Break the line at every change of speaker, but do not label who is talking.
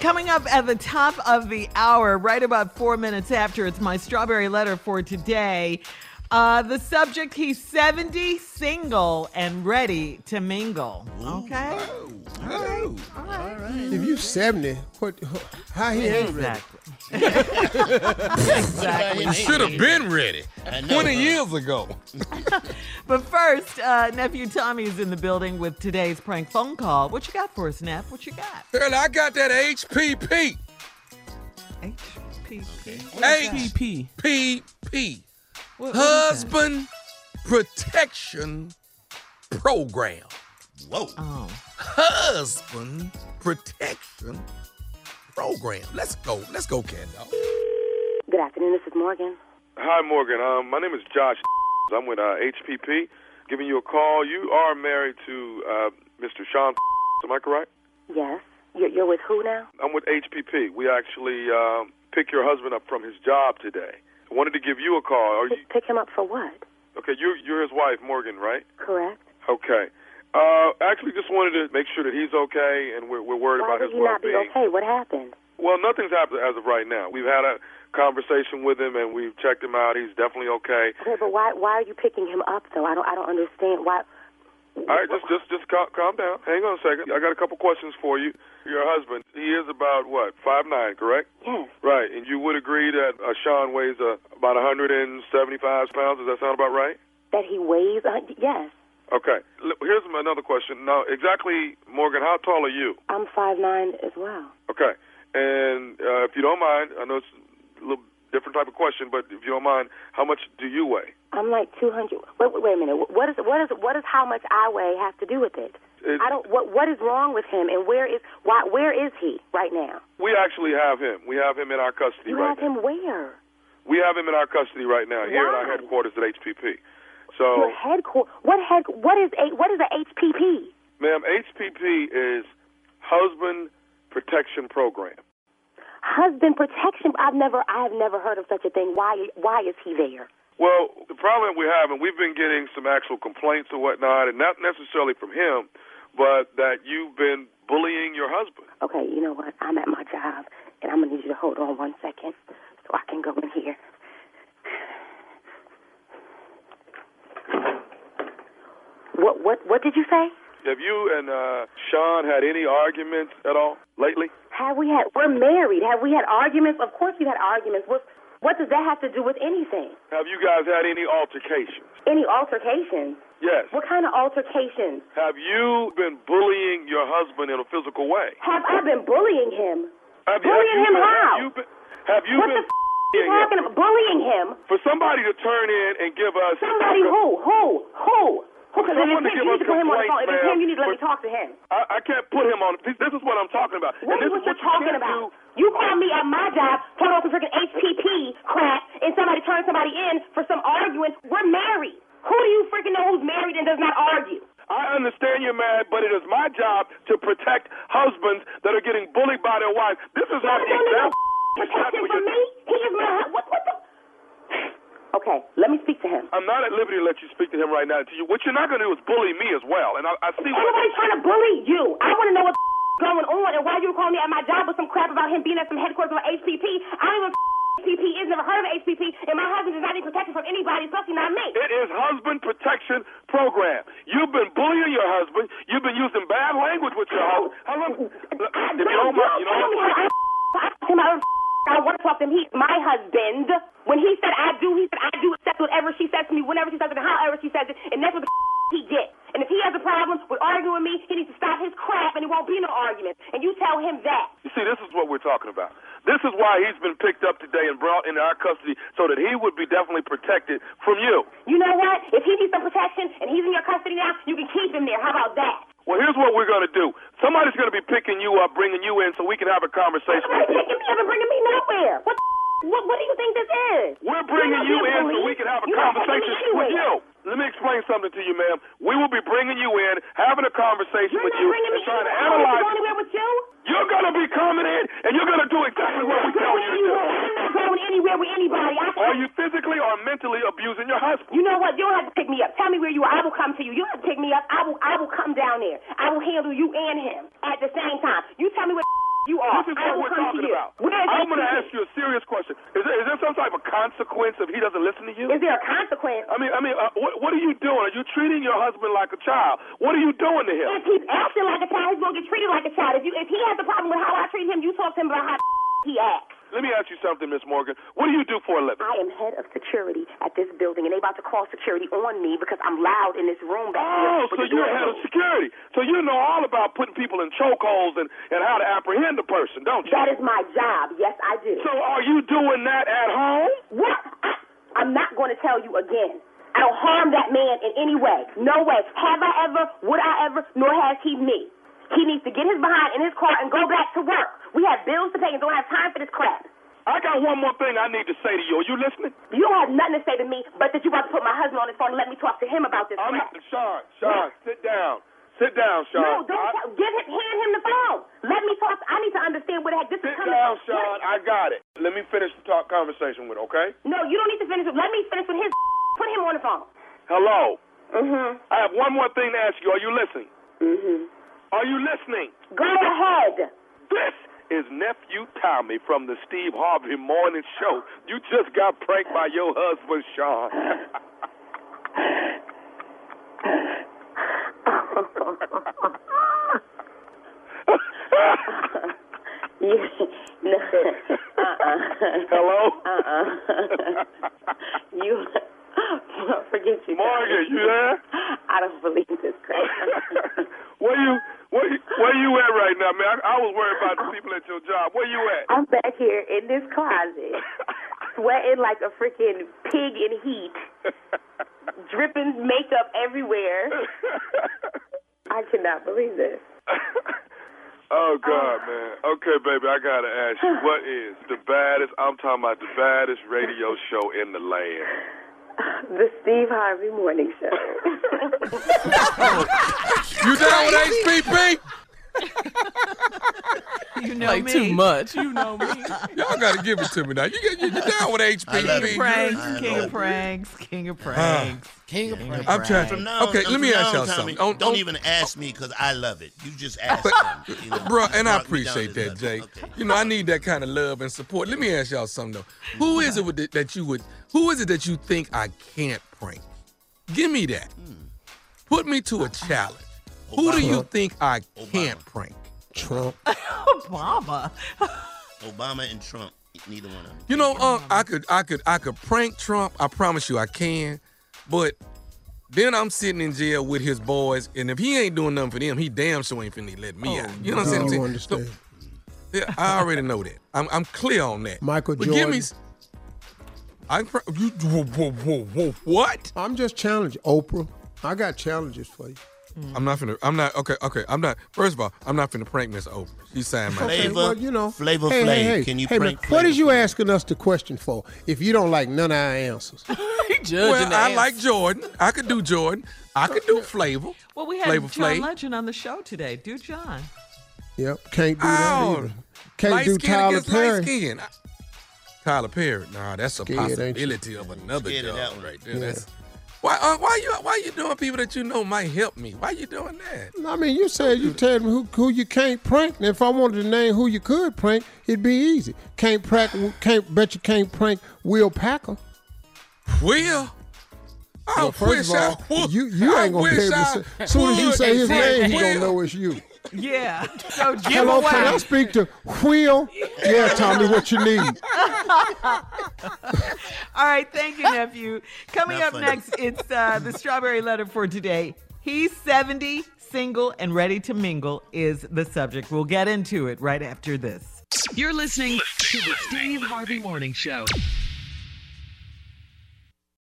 Coming up at the top of the hour, right about four minutes after, it's my strawberry letter for today. Uh, the subject he's 70, single, and ready to mingle. Okay?
Oh,
All right.
If you 70, what, how he ain't ready?
Exactly. exactly.
you should have been ready
I know,
20
huh?
years ago.
But first, uh, nephew Tommy is in the building with today's prank phone call. What you got for us, Nep? What you got?
Girl, I got that HPP.
HPP.
HPP. Husband Protection Program.
Whoa.
Oh,
Husband Protection Program. Let's go. Let's go, cat dog.
Good afternoon. This is Morgan.
Hi, Morgan. Um, my name is Josh. I'm with uh, HPP. Giving you a call. You are married to uh, Mr. Sean. Am I correct?
Yes. You're, you're with who now?
I'm with HPP. We actually um, pick your husband up from his job today. I wanted to give you a call. Are you
Pick, pick him up for what?
okay? You, you're his wife, Morgan, right?
Correct.
Okay. Uh, actually, just wanted to make sure that he's okay, and we're, we're worried
Why
about
would
his
he not be
well-being.
okay? What happened?
Well, nothing's happened as of right now. We've had a conversation with him, and we've checked him out. He's definitely okay.
Okay, but why why are you picking him up though? I don't I don't understand why.
All right, just just just cal- calm down. Hang on a second. I got a couple questions for you. Your husband, he is about what five nine, correct?
Yes.
Right, and you would agree that uh, Sean weighs uh, about 175 pounds. Does that sound about right?
That he weighs. Uh, yes.
Okay. L- here's m- another question. Now, exactly, Morgan, how tall are you?
I'm five nine as well.
Okay, and uh, if you don't mind, I know it's a little different type of question, but if you don't mind, how much do you weigh?
I'm like 200. Wait, wait, wait a minute. What is what is what is how much I weigh have to do with it?
It-
I don't. What what is wrong with him? And where is why? Where is he right now?
We actually have him. We have him in our custody
You
right
have
now.
him where?
We have him in our custody right now here at our
Why?
headquarters at HPP. So.
Your headquarters. What head? What is a what is a HPP?
Ma'am, HPP is Husband Protection Program.
Husband protection. I've never, I have never heard of such a thing. Why, why is he there?
Well, the problem we have, and we've been getting some actual complaints or whatnot, and not necessarily from him, but that you've been bullying your husband.
Okay, you know what? I'm at my job, and I'm gonna need you to hold on one second so I can go in here. What, what, what did you say?
Have you and uh, Sean had any arguments at all lately?
Have we had? We're married. Have we had arguments? Of course, we had arguments. What, what does that have to do with anything?
Have you guys had any altercations?
Any altercations?
Yes.
What kind of altercations?
Have you been bullying your husband in a physical way?
Have I been bullying him?
Have,
Bullying
have you
him
been,
how?
Have you been, have you
what
been
the f- you
bullying him?
talking about? Bullying him?
For somebody to turn in and give us
Somebody who? Who? Who? Who? Because if
Someone
it's him,
to give
you
us
need to put him on the phone. If it's
complaints,
him, you need to let me
ma'am.
talk to him.
I, I can't put him on. This this is what I'm talking about.
What is what
and this is what
you're
you
talking
can't
about?
do.
You call me at my job, turn on some freaking HPP crap, and somebody turns somebody in for some arguing. We're married. Who do you freaking know who's married and does not argue?
I understand you're mad, but it is my job to protect husbands that are getting bullied by their wives. This is
No,
not the
no, no, no.
example.
Protection from me? He is my hu- what? What the? Okay, let me speak to him.
I'm not at liberty to let you speak to him right now. To you, what you're not going to do is bully me as well. And I, I see
Ain't
what.
nobody trying to bully you. I want to know what's going on and why you were calling me at my job with some crap about him being at some headquarters on HPP. I don't even HPP is never heard of HPP, and my husband is not even protected from anybody, especially not me.
It is husband protection program. You've been bullying your husband. You've been using bad language with your husband. Hello,
I
if you don't mind, you know what?
I, I, I, I want to talk to him. He's my husband. When he said I do, he said I do accept whatever she says to me, whenever she says it, and however she says it, and that's what the he gets. And if he has a problem with arguing with me, he needs to stop his crap, and it won't be no arguments. And you tell him that.
You see, this is what we're talking about. This is why he's been picked up today and brought into our custody so that he would be definitely protected from you.
You know what? If he needs some protection and he's in your custody now, you can keep him there. How about that?
Well, here's what we're going to do. Somebody's going to be picking you up, bringing you in so we can have a conversation
Somebody
with you.
picking me up and bringing me nowhere. What the f- what, what do you think this is?
We're bringing you
You're not
in
being
so we can have a
bullied. You're not taking
conversation
me
with
anywhere.
you. Let me explain something to you, ma'am. We will be bringing you in, having a conversation
You're
with
not
you,
bringing me
and trying to
anywhere. I'm not
analyze.
going anywhere with you.
You're going to be coming in, and you're going to do exactly what we
I'm
tell
going
you to do.
anywhere. I'm not going anywhere with anybody. I,
Are you physically or mentally abusing your husband?
You know what? You don't have to pick me up. Tell me where you are. I will come to you. You don't have to pick me up. I will. I will come down there. I will handle you and him at the same time. You tell me where the you are.
This is
I will
what we're
come to
talking
you.
about.
Where is
I'm going to
HPP?
ask you a serious question. Is there, is there some type of consequence if he doesn't listen to you?
Is there a consequence?
I mean, I mean, uh, what, what are you doing? Are you treating your husband like a child? What are you doing to him?
If he's acting like a child, he's gonna get treated like a child. If you if he has a problem with how I treat him, you talk to him about how he acts.
Let me ask you something, Miss Morgan. What do you do for a living?
I am head of security at this building, and they about to call security on me because I'm loud in this room back
Oh,
here. with
so
the door
you're head of
closed.
security. So you know all about putting people in chokeholds and, and how to apprehend a person, don't you?
That is my job. Yes, I do.
So are you doing that at home?
What? I, I'm not going to tell you again. I don't harm that man in any way. No way. Have I ever, would I ever, nor has he me. He needs to get his behind in his car and go back to work. We have bills to pay and don't have time for this crap.
I got one more thing I need to say to you. Are you listening?
You don't have nothing to say to me but that you about to put my husband on his phone and let me talk to him about this
I'm
crap.
Sean. Sean, sit down. Sit down, Sean.
No, don't
I-
tell, give him, hand him the phone. Let me talk. I need to understand where the heck this is
Sit
coming
down,
from.
Sean. I got it. Let me finish the talk conversation with. her, Okay.
No, you don't need to finish with, let me finish with his Put him on the phone.
Hello.
Mm-hmm.
I have one more thing to ask you. Are you listening?
Mm-hmm.
Are you listening?
Go ahead.
This is nephew Tommy from the Steve Harvey Morning Show. You just got pranked by your husband, Sean.
Yeah. no. Uh-uh.
Hello?
Uh-uh. you forget you.
Morgan, you there?
I don't believe this crap.
where you where you, where you at right now, man? I, I was worried about the people at your job. Where you at?
I'm back here in this closet, sweating like a freaking pig in heat, dripping makeup everywhere. I cannot believe this.
oh God, man. Okay, baby, I gotta ask you, what is the baddest? I'm talking about the baddest radio show in the land.
The Steve Harvey Morning Show.
You down with HPP?
You know
Like
me.
too much, you know me.
Y'all gotta give it to me now. You, get- you, you down with
King of
HPP?
pranks, king of pranks, king of pranks.
King of pranks.
I'm trying.
From now,
okay,
from
let me
now
ask
on,
y'all
Tommy,
something. On-
don't
on-
even ask me because I love it. You just ask me. you know,
Bro,
you
and I
brought me down
appreciate
this
that, Jay.
level. Okay.
You know, I need that kind of love and support. Let me ask y'all something
Mm-hmm.
though. Who is it with that- that you would? Who is it that you think I can't prank? Give me that.
Hmm.
Put me to a challenge. Who do you
Obama.
think I can't
Obama.
prank?
Trump.
Oh, Obama.
Obama and Trump, neither one of them.
You know, um, I could, I could, I could prank Trump. I promise you, I can. But then I'm sitting in jail with his boys, and if he ain't doing nothing for them, he damn sure ain't finna let
Oh,
me out. You know what I'm
No,
saying?
you
I'm saying?
understand.
So- yeah, I already know that. I'm, I'm clear on that.
Michael
but give me.
Jordan.
s- I pr- you whoa, whoa, whoa, whoa, what?
I'm just challenging Oprah. I got challenges for you.
I'm not finna. I'm not okay. Okay, I'm not. First of all, I'm not finna prank Miss Oprah. She signed my.
Flavor,
well, you know,
Flavor
hey,
Flav,
hey, hey,
can you
hey,
prank
man, What
Flavor
is you
Flav?
asking us the question for? If you don't like none of our answers,
He judging
Well,
the
I
ass.
like Jordan. I could do Jordan. I could do Flavor.
Well, we had
Flavor
John
Flav.
Legend on the show today. Do John.
yep, can't do that
Oh,
either. Can't
light
do
skin
Tyler
against
Perry.
light skin. Tyler Perry. Nah, that's a
Scared, ain't you?
possibility of another
Scared of that
job
one.
right there. That's, why? Uh, why you? Why you doing people that you know might help me? Why you doing that?
I mean, you said you tell me who, who you can't prank. And if I wanted to name who you could prank, it'd be easy. Can't prank. Can't bet you can't prank Will Packer.
Will. I
Well,
wish
first of all,
I would.
you you
I
ain't gonna be
wish
able
I
to. Say, soon as you
would
say his
and
name, he
will.
gonna know it's you.
Yeah. So give
Hello,
away.
can I speak to Will? Yeah, Tommy, what you need?
All right, thank you, nephew. Coming
Not
up
funny.
next, it's uh, the strawberry letter for today. He's 70, single, and ready to mingle is the subject. We'll get into it right after this.
You're listening to the Steve Harvey Morning Show.